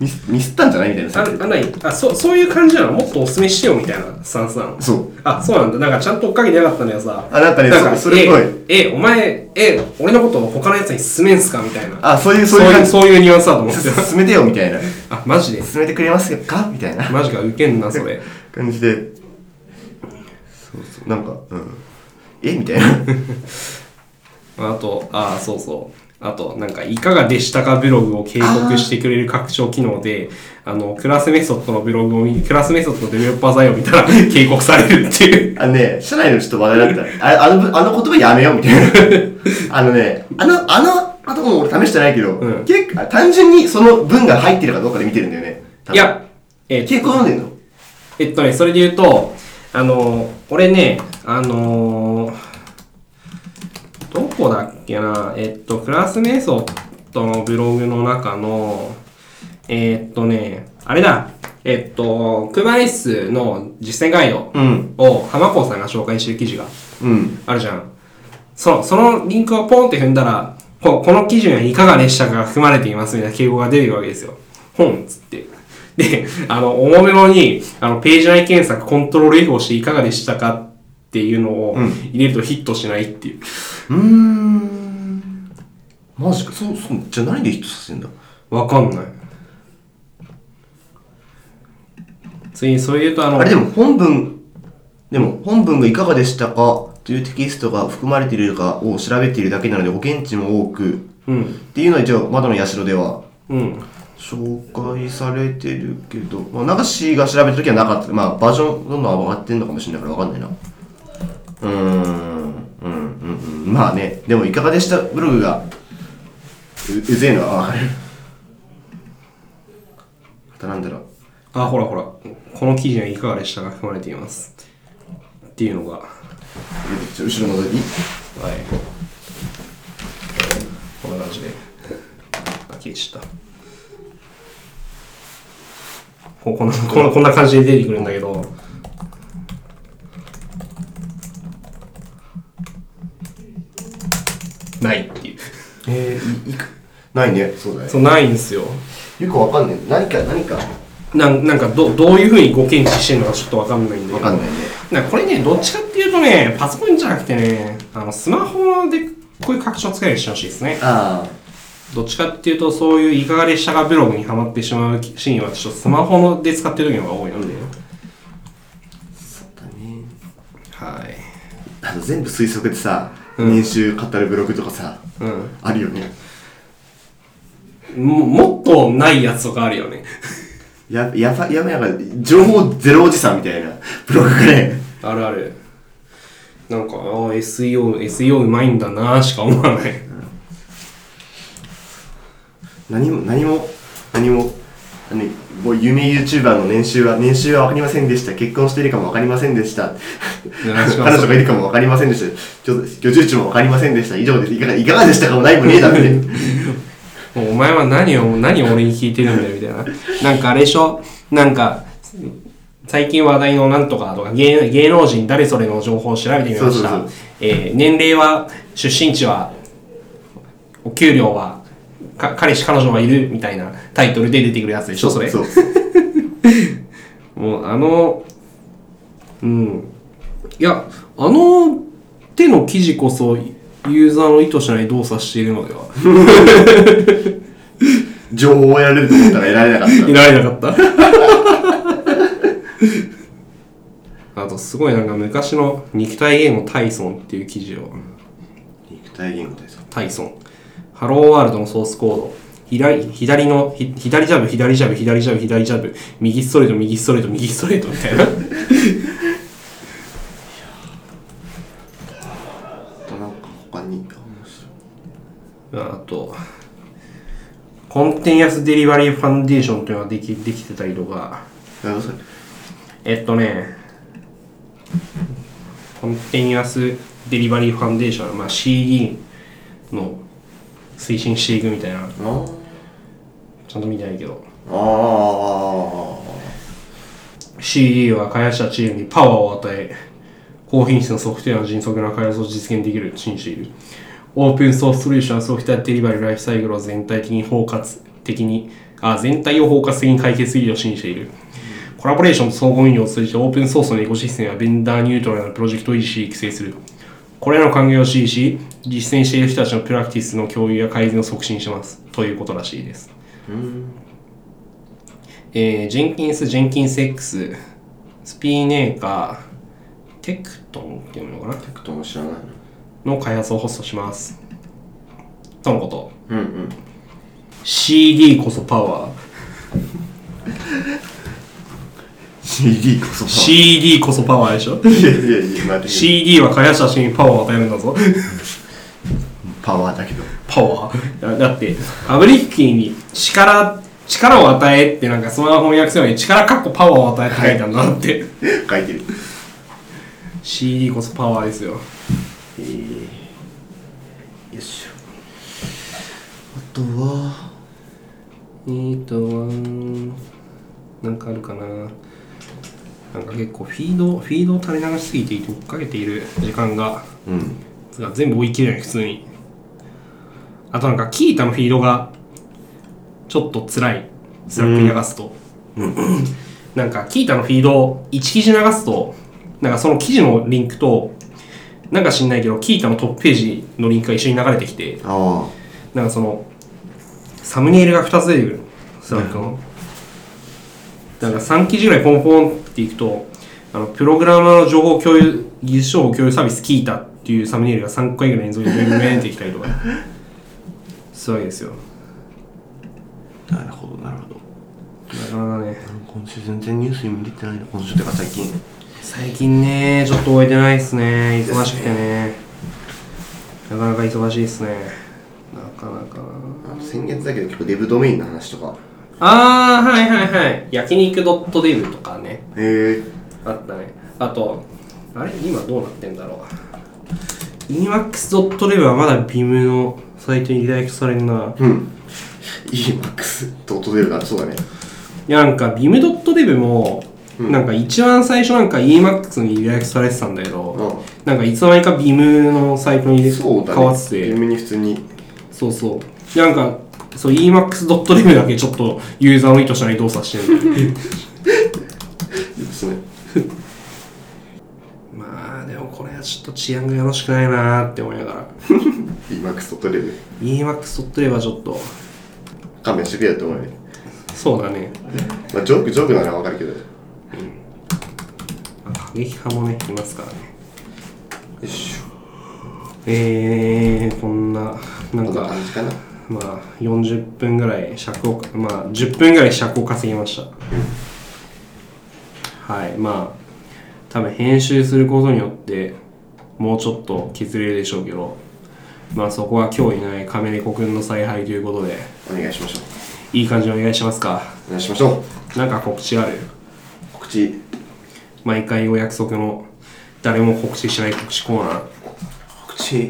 Speaker 2: ミスミスったんじゃないみたいな
Speaker 1: あ
Speaker 2: さっき
Speaker 1: あないあそそういう感じなのもっとおすすめしてよみたいなスタンスなの
Speaker 2: そう
Speaker 1: あそうなんだなんかちゃんと追っかけてなかったのよさ
Speaker 2: あなんかねそそれっぽい
Speaker 1: ええお前え俺のことを他のやつに勧めんすかみたいな
Speaker 2: あそういう
Speaker 1: そ
Speaker 2: そうういう
Speaker 1: い
Speaker 2: 感
Speaker 1: う
Speaker 2: じ
Speaker 1: そういうニュアンスだと思ってた
Speaker 2: 勧めてよみたいな
Speaker 1: あマジで
Speaker 2: 勧めてくれますかみたいな
Speaker 1: マジかウケんなそれ
Speaker 2: 感じでそうそうなんか、うん、えみたいな
Speaker 1: あとあそうそうあとなんかいかがでしたかブログを警告してくれる拡張機能であのクラスメソッドのブログを見クラスメソッドのデベロッパー採用を見たら警告されるっていう
Speaker 2: あのね社内のちょっと話題だったああのあの言葉やめようみたいな あのねあのあのあとも俺試してないけど、
Speaker 1: うん
Speaker 2: 結構単純にその文が入ってるかどうかで見てるんだよね
Speaker 1: いやえー
Speaker 2: 結構読んでんの
Speaker 1: えっとね、それで言うと、あのー、俺ね、あのー、どこだっけな、えっと、クラスメソッドのブログの中の、えっとね、あれだ、えっと、車椅子の実践ガイド
Speaker 2: うん
Speaker 1: を浜子さんが紹介してる記事が
Speaker 2: うん
Speaker 1: あるじゃん。そそのリンクをポンって踏んだら、ここの記事にはいかがでしたかが含まれていますみたいな敬語が出てくるわけですよ。本っつって。で、あの、おもめろに、あの、ページ内検索、コントロール F をしていかがでしたかっていうのを
Speaker 2: うん
Speaker 1: 入れるとヒットしないっていう。
Speaker 2: うーんマジかそうそうじゃあ何でヒットさせんだ
Speaker 1: わ、かんない。次に、それ言うと、あの、
Speaker 2: あれでも本文、でも本文がいかがでしたかというテキストが含まれているかを調べているだけなので保険値も多く、
Speaker 1: うん、
Speaker 2: っていうのは一応窓の社では
Speaker 1: うん。
Speaker 2: 紹介されてるけど、まあ、流しが調べた時はなかった。まあバージョンどんどん上がってんのかもしれないからわかんないな。うーん、うん、うん、うん。まあね、でもいかがでしたブログがう、うぜ えのはわかる。あとなんだろう。
Speaker 1: あ、ほらほら、この記事にはいかがでしたかが含まれています。っていうのが、
Speaker 2: ちょ後ろのぞき。
Speaker 1: はい。こんな感じで。あ、消えちゃった。ここんなこんなこんな感じで出てくるんだけど。ないっていう。
Speaker 2: えー、いいくないねそうだね
Speaker 1: そう、ないんですよ。
Speaker 2: よくわかんねえ何か何か
Speaker 1: なんなんかど、どういうふうにご検知してるのかちょっとわかんないんで。
Speaker 2: わかんないね
Speaker 1: なんかこれね、どっちかっていうとね、パソコンじゃなくてね、あの、スマホでこういう拡張使えるようにしてほしいですね。
Speaker 2: あ
Speaker 1: どっちかっていうと、そういういかがでしたかブログにはまってしまうシーンは、ちょっとスマホので使ってる時の方が多いので。
Speaker 2: あだね
Speaker 1: はい。
Speaker 2: あの全部推測でさ、
Speaker 1: うん
Speaker 2: 年収語るブログとかさ
Speaker 1: うん。
Speaker 2: あるよね
Speaker 1: ももっとないやつとかあるよね。
Speaker 2: や、やば、やばいやばい、情報ゼロおじさんみたいな、 ブログがね。
Speaker 1: あるある。なんか、ああ、SEO、SEO うまいんだなーしか思わない。
Speaker 2: 何も、何も、何も、あの、もう有名 YouTuber の年収は、年収は分かりませんでした。結婚しているかも分かりませんでした。
Speaker 1: やしかも
Speaker 2: 彼女がいるかも分かりませんでした。居居住地も分かりませんでした。以上です。いかがいかがでしたかもないもねえだろうね。
Speaker 1: もうお前は何を、何を俺に聞いてるんだよ、みたいな。なんかあれでしょなんか、最近話題のなんとかとか、芸芸能人誰それの情報を調べてみま
Speaker 2: そう
Speaker 1: し
Speaker 2: そうそ
Speaker 1: た
Speaker 2: う。
Speaker 1: えー年齢は、出身地は、お給料は、か彼氏彼女はいるみたいなタイトルで出てくるやつでしょそれ
Speaker 2: そう。
Speaker 1: もうあの、うん。いや、あの手の記事こそ、ユーザーの意図しない動作しているのでは。
Speaker 2: 情報を得られると思ったら得られなかった。
Speaker 1: いられなかった。あと、すごいなんか昔の肉体言語タイソンっていう記事を、
Speaker 2: 肉体言語ですか。
Speaker 1: タイソン。ハローワールドのソースコード。左左の、ひ左ジャブ、左ジャブ、左ジャブ、左ジャブ、右ストレート、右ストレート、右ストレートみたいな。
Speaker 2: あとなんか他に、面白
Speaker 1: あと、コンテンツデリバリーファンデーションというのができできてたりとか、
Speaker 2: い。なんだそれ。
Speaker 1: えっとね、コンテニュアスデリバリーファンデーション、まあ、CD の推進していくみたいな、
Speaker 2: あー
Speaker 1: ちゃんと見てないけど、
Speaker 2: あー。
Speaker 1: CD は開発者チームにパワーを与え、高品質のソフトウェアの迅速な開発を実現できると信じている。オープンソースソリューション、ソフトウェアデリバリー、ライフサイクルを全体的に包括的に、あ、全体を包括的に解決するよう信じている。コラボレーションと総合運用を通じてオープンソースのエコシステムやベンダーニュートラルなプロジェクトを維持し育成する。これらの環境を支持し、実践している人たちのプラクティスの共有や改善を促進します。ということらしいです。えージェンキンス、ジェンキンス X、スピーネーカー、テクトンって読むのかな
Speaker 2: テクトも知らないの。
Speaker 1: の開発をホストします。とのこと。
Speaker 2: うんうん。
Speaker 1: CD こそパワー。
Speaker 2: CD こそ。
Speaker 1: CD こそパワーでしょ
Speaker 2: いやいやいや、まあ、
Speaker 1: ?CD は開発者たちにパワーを与えるんだぞ。
Speaker 2: パワーだけど。
Speaker 1: パワー。だだって、アブリッキーに力、力を与えってなんかそのまま翻訳するのに力かっこパワーを与えって書いてあるんだなって。
Speaker 2: 書いてる。
Speaker 1: CD こそパワーですよ。
Speaker 2: えー、よいしょ。あとは、
Speaker 1: えーとは、なんかあるかな。なんか結構フィード、フィードを垂れ流しすぎていて追っかけている時間が、
Speaker 2: うん。
Speaker 1: が全部追い切れない、普通に。あとなんか、キータのフィードが、ちょっと辛い。スラックに流すと。なんか、キータのフィードを1記事流すと、なんかその記事のリンクと、なんか知んないけど、キータのトップページのリンクが一緒に流れてきて、
Speaker 2: あ
Speaker 1: なんかそのサムネイルが2つ出てくるスラックの、なんか3記事ぐらいポンポンっていくとあのプログラマーの情報共有技術情報共有サービス聞いたっていうサムネイルが3回ぐらい連続でブメンってきたりとかするわけですよ
Speaker 2: あ。なるほど、なるほど。
Speaker 1: なかなかね
Speaker 2: 今週全然ニュースに見れてないな。今週とか最近。
Speaker 1: 最近ねちょっと終えてないっすね忙しくてねなかなか忙しいっすねなかなかな
Speaker 2: あ先月だけど結構デブドメインの話とか。
Speaker 1: あーはいはいはい焼肉ドットデブとかね
Speaker 2: へえ
Speaker 1: あったねあとあれ今どうなってんだろう inmax.dev はまだ BIM のサイトにリダイレクトされるな
Speaker 2: ー。うん。EMAX と音出るから、そうだね。
Speaker 1: いやなんか BIM.dev もなんか一番最初なんか EMAX にリダイレクトされてたんだけど、
Speaker 2: うん
Speaker 1: なんかいつの間にか BIM のサイトに変
Speaker 2: そうだね。
Speaker 1: わってて
Speaker 2: ゲームに普通に。
Speaker 1: そうそういやなんかそう EMAX.dev だけちょっとユーザーの意図しない動作してるんだよ ね
Speaker 2: ですね。
Speaker 1: まあでもこれはちょっと治安がよろしくないなーって思いながら
Speaker 2: EMAX と音出る。
Speaker 1: EMAX.dev はちょっと
Speaker 2: 勘弁してくれよって思うよね。
Speaker 1: そうだね
Speaker 2: まあ、ジョーク、ジョークならわかるけど。よ
Speaker 1: 過激派もね、いますからね。
Speaker 2: いし
Speaker 1: えー、こんな、な
Speaker 2: ょ。こ
Speaker 1: ん
Speaker 2: んな
Speaker 1: か
Speaker 2: 感、じかな。
Speaker 1: まあ、40分ぐらい尺を、まあ、10分ぐらい尺を稼ぎました。はい、まあ、多分編集することによって、もうちょっと削れるでしょうけど、まあそこは今日いないカメレコくんの采配ということで、
Speaker 2: お願いしましょう
Speaker 1: いい感じにお願いしますか。
Speaker 2: お願いしましょう
Speaker 1: なんか告知ある
Speaker 2: 告知
Speaker 1: 毎回お約束の誰も告知しない告知コーナー。
Speaker 2: 告知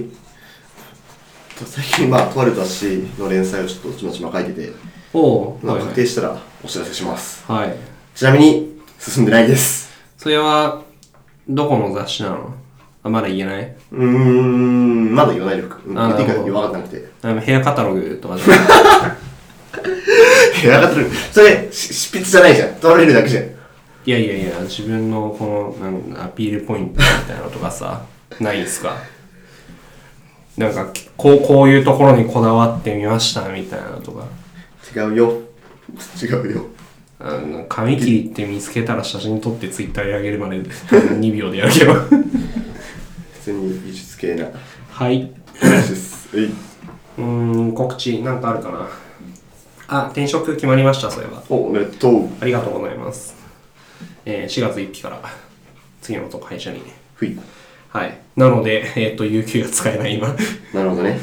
Speaker 2: と最近まあとある雑誌の連載をちょっとちまちま書いてて、
Speaker 1: おう
Speaker 2: まあ、
Speaker 1: はい
Speaker 2: 確定したらお知らせします
Speaker 1: はい。はい。
Speaker 2: ちなみに進んでないです
Speaker 1: それは、どこの雑誌なのあ、まだ言えないう
Speaker 2: ーんまだ言わないでおくうん
Speaker 1: あ
Speaker 2: 言
Speaker 1: ー
Speaker 2: っていいか
Speaker 1: なるほ
Speaker 2: 分
Speaker 1: ど
Speaker 2: かってなくて
Speaker 1: あのヘアカタログとか じゃない
Speaker 2: いや分かってるそれし執筆じゃないじゃん取られるだけじゃん
Speaker 1: いやいやいや、自分のこのなんアピールポイントみたいなのとかさ、ないですかなんかこう、こういうところにこだわってみましたみたいなのとか。
Speaker 2: 違うよ違うよ
Speaker 1: あの髪切って見つけたら写真撮ってツイッターに上げるまで2 秒でやるけど
Speaker 2: 普通に技術系な
Speaker 1: はい
Speaker 2: 話ですえいう
Speaker 1: ーん告知なんかあるかなあ転職決まりましたそういえば
Speaker 2: おおめでとう
Speaker 1: ありがとうございます、えー4月1日から次のと会社に
Speaker 2: ふい
Speaker 1: はいなのでえっ、と有給が使えない今
Speaker 2: なるほどね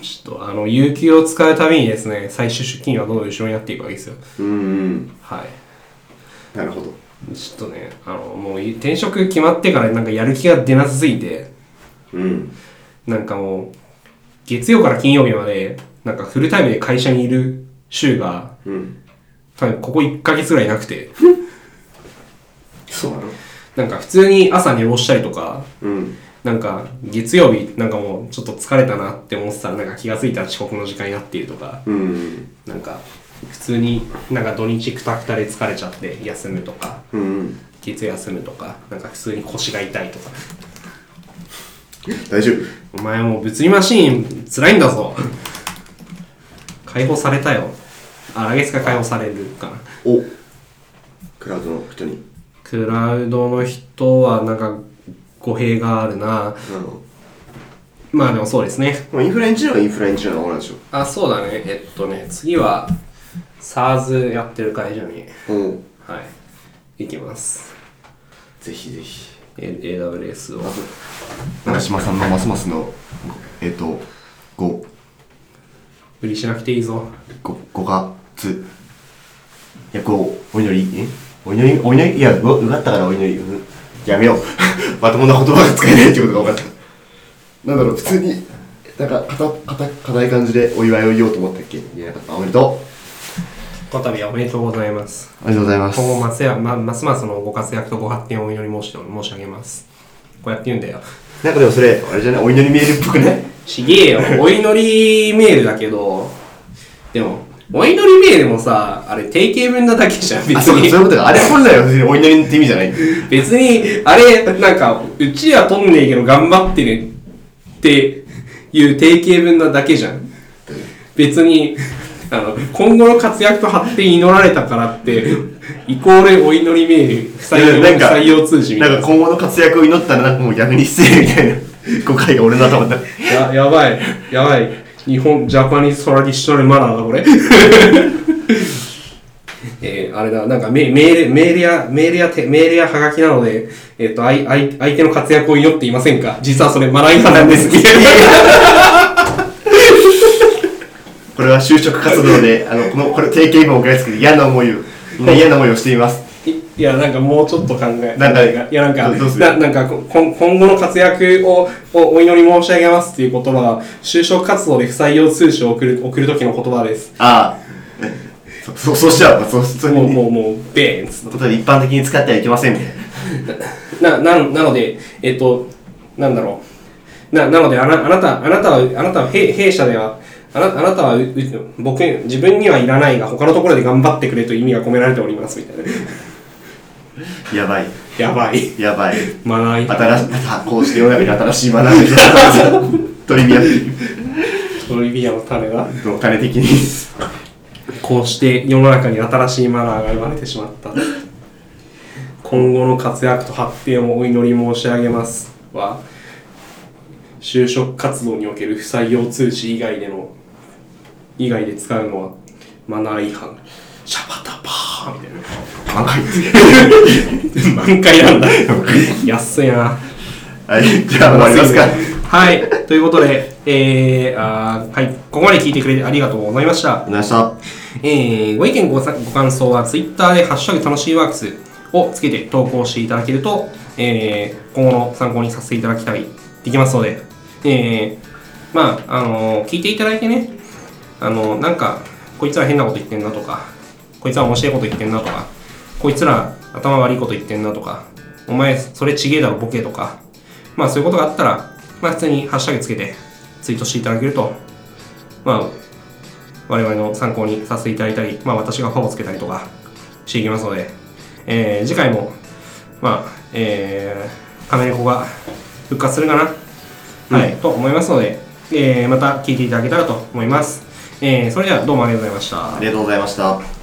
Speaker 1: ちょっとあの有給を使うたびにですね最終出勤はどんどん後ろになっていくわけですよ
Speaker 2: うーん
Speaker 1: はい
Speaker 2: なるほど
Speaker 1: ちょっとねあのもう転職決まってからなんかやる気が出なさすぎて
Speaker 2: うん
Speaker 1: なんかもう、月曜から金曜日まで、なんかフルタイムで会社にいる週が、
Speaker 2: うん
Speaker 1: 多分ここ1ヶ月ぐらいなくて、
Speaker 2: そうなの
Speaker 1: なんか普通に朝寝坊したりとか、
Speaker 2: うん
Speaker 1: なんか月曜日なんかもうちょっと疲れたなって思ってたらなんか気がついたら遅刻の時間になっているとか、
Speaker 2: うん
Speaker 1: なんか普通になんか土日くたくたで疲れちゃって休むとか、
Speaker 2: うん
Speaker 1: 月曜休むとか、なんか普通に腰が痛いとか、
Speaker 2: 大丈夫
Speaker 1: お前もう物理マシーン辛いんだぞ解放されたよあ来月から解放されるかな
Speaker 2: おクラウドの人に
Speaker 1: クラウドの人はなんか語弊があるな
Speaker 2: なるほ
Speaker 1: まあでもそうですね
Speaker 2: どインフラエンジニアはインフラエンジニアの方なんでしょ
Speaker 1: あそうだねえっとね次は SARS やってる会社に
Speaker 2: うん
Speaker 1: はい行きます
Speaker 2: ぜひぜひ
Speaker 1: A- AWS を
Speaker 2: 長嶋さんのますますのえっ、とご
Speaker 1: 無理しなくていいぞ
Speaker 2: ごごがついやこうお祈りえお祈りお祈りいやごうがったからお祈り、うんやめよう まともな言葉が使えないってことが分かったなんだろう普通になんかかたかた硬い感じでお祝いを言おうと思ったっけ言えなかったあおめでと
Speaker 1: こたびはおめでとうございます
Speaker 2: うありがとうございま
Speaker 1: 今後ますや、ま、ますますのご活躍とご発展をお祈り申して申し上げますこうやって言うんだよ
Speaker 2: なんかでもそれあれじゃないお祈りメールっぽく ない
Speaker 1: ちげえよ。お祈りメールだけど、でも、お祈りメールもさ、あれ定型文なだけじゃん、別
Speaker 2: あ、そうか、そういう
Speaker 1: に。
Speaker 2: ことか。あれ本来は別にお祈りって意味じゃない。
Speaker 1: 別に、あれ、なんか、うちはとんねえけど頑張ってねっていう定型文なだけじゃん。別に、あの、今後の活躍と発展祈られたからって、イコールお祈りメール、採用、
Speaker 2: なんか
Speaker 1: 採用通信みたい
Speaker 2: な
Speaker 1: な。
Speaker 2: んか今後の活躍を祈ったらなんかもう逆に失礼みたいな 誤解が俺の頭だ。
Speaker 1: や、やばい。やばい。日本、ジャパニーズトラディショナルマナーだ、 これ。えー、あれだ、なんかメメール、メールや、メールやて、メールやハガキなので、えっ、と、あい、あい、相手の活躍を祈っていませんか実はそれ、マナー違反なん です。
Speaker 2: これは就職活動 で、あの、この、これ定型文を送られつけて嫌な思 いを、みんな嫌な思いをしています。
Speaker 1: いや、なんかもうちょっと考え、
Speaker 2: なんか
Speaker 1: いや、なんか、
Speaker 2: どどうする
Speaker 1: ななんかこ今、今後の活躍を、をお祈り申し上げますっていう言葉は、就職活動で不採用通知を送る、送る時の言葉です。
Speaker 2: ああ。そ、そそうしちゃう。そう、そう
Speaker 1: もう、
Speaker 2: いう
Speaker 1: もう、もう、ベーンっつって
Speaker 2: ことで一般的に使ってはいけませんみたいな。
Speaker 1: な、な、なので、えっと、なんだろう。な、なので、あな、あなた、あなたは、あなたは弊、弊社では、あなあなたはうう僕、自分にはいらないが、他のところで頑張ってくれという意味が込められております、みたいな。
Speaker 2: やばい。
Speaker 1: やばい。
Speaker 2: やばい。
Speaker 1: マナー違反。
Speaker 2: 新しい、またこうして世の中に新しい学びが取り 見合っている。
Speaker 1: トリビアの種が。
Speaker 2: お金的に。
Speaker 1: こうして世の中に新しいマナーが生まれてしまった。今後の活躍と発展をお祈り申し上げますは、就職活動における不採用通知以外での以外で使うのはマナー違反シャバタパーみたいな
Speaker 2: 満開です。
Speaker 1: 満開なんだ。安いな。
Speaker 2: はい、じゃあ終わりますか。
Speaker 1: はい。ということで、えー、あーはい。ここまで聞いてくれてありがとうございました。
Speaker 2: ありがとうございまし
Speaker 1: え
Speaker 2: た。
Speaker 1: ー、ご意見ごさご感想は Twitter で「ハッシュタグ楽しいワークス」をつけて投稿していただけると、えー、今後の参考にさせていただきたいできますので、えー、まああのー聞いていただいてねあのーなんかこいつら変なこと言ってんなとかこいつら面白いこと言ってんなとかこいつら頭悪いこと言ってんなとかお前それちげえだろボケとかまあそういうことがあったら、まあ、普通にハッシュタグつけてツイートしていただけるとまあ我々の参考にさせていただいたり、まあ、私がファをつけたりとかしていきますので、えー次回も、まあ、えー、カメレコが復活するかな、はい、と思いますので、えーまた聞いていただけたらと思います。えーそれではどうもありがとうございました
Speaker 2: あ。りがとうございました。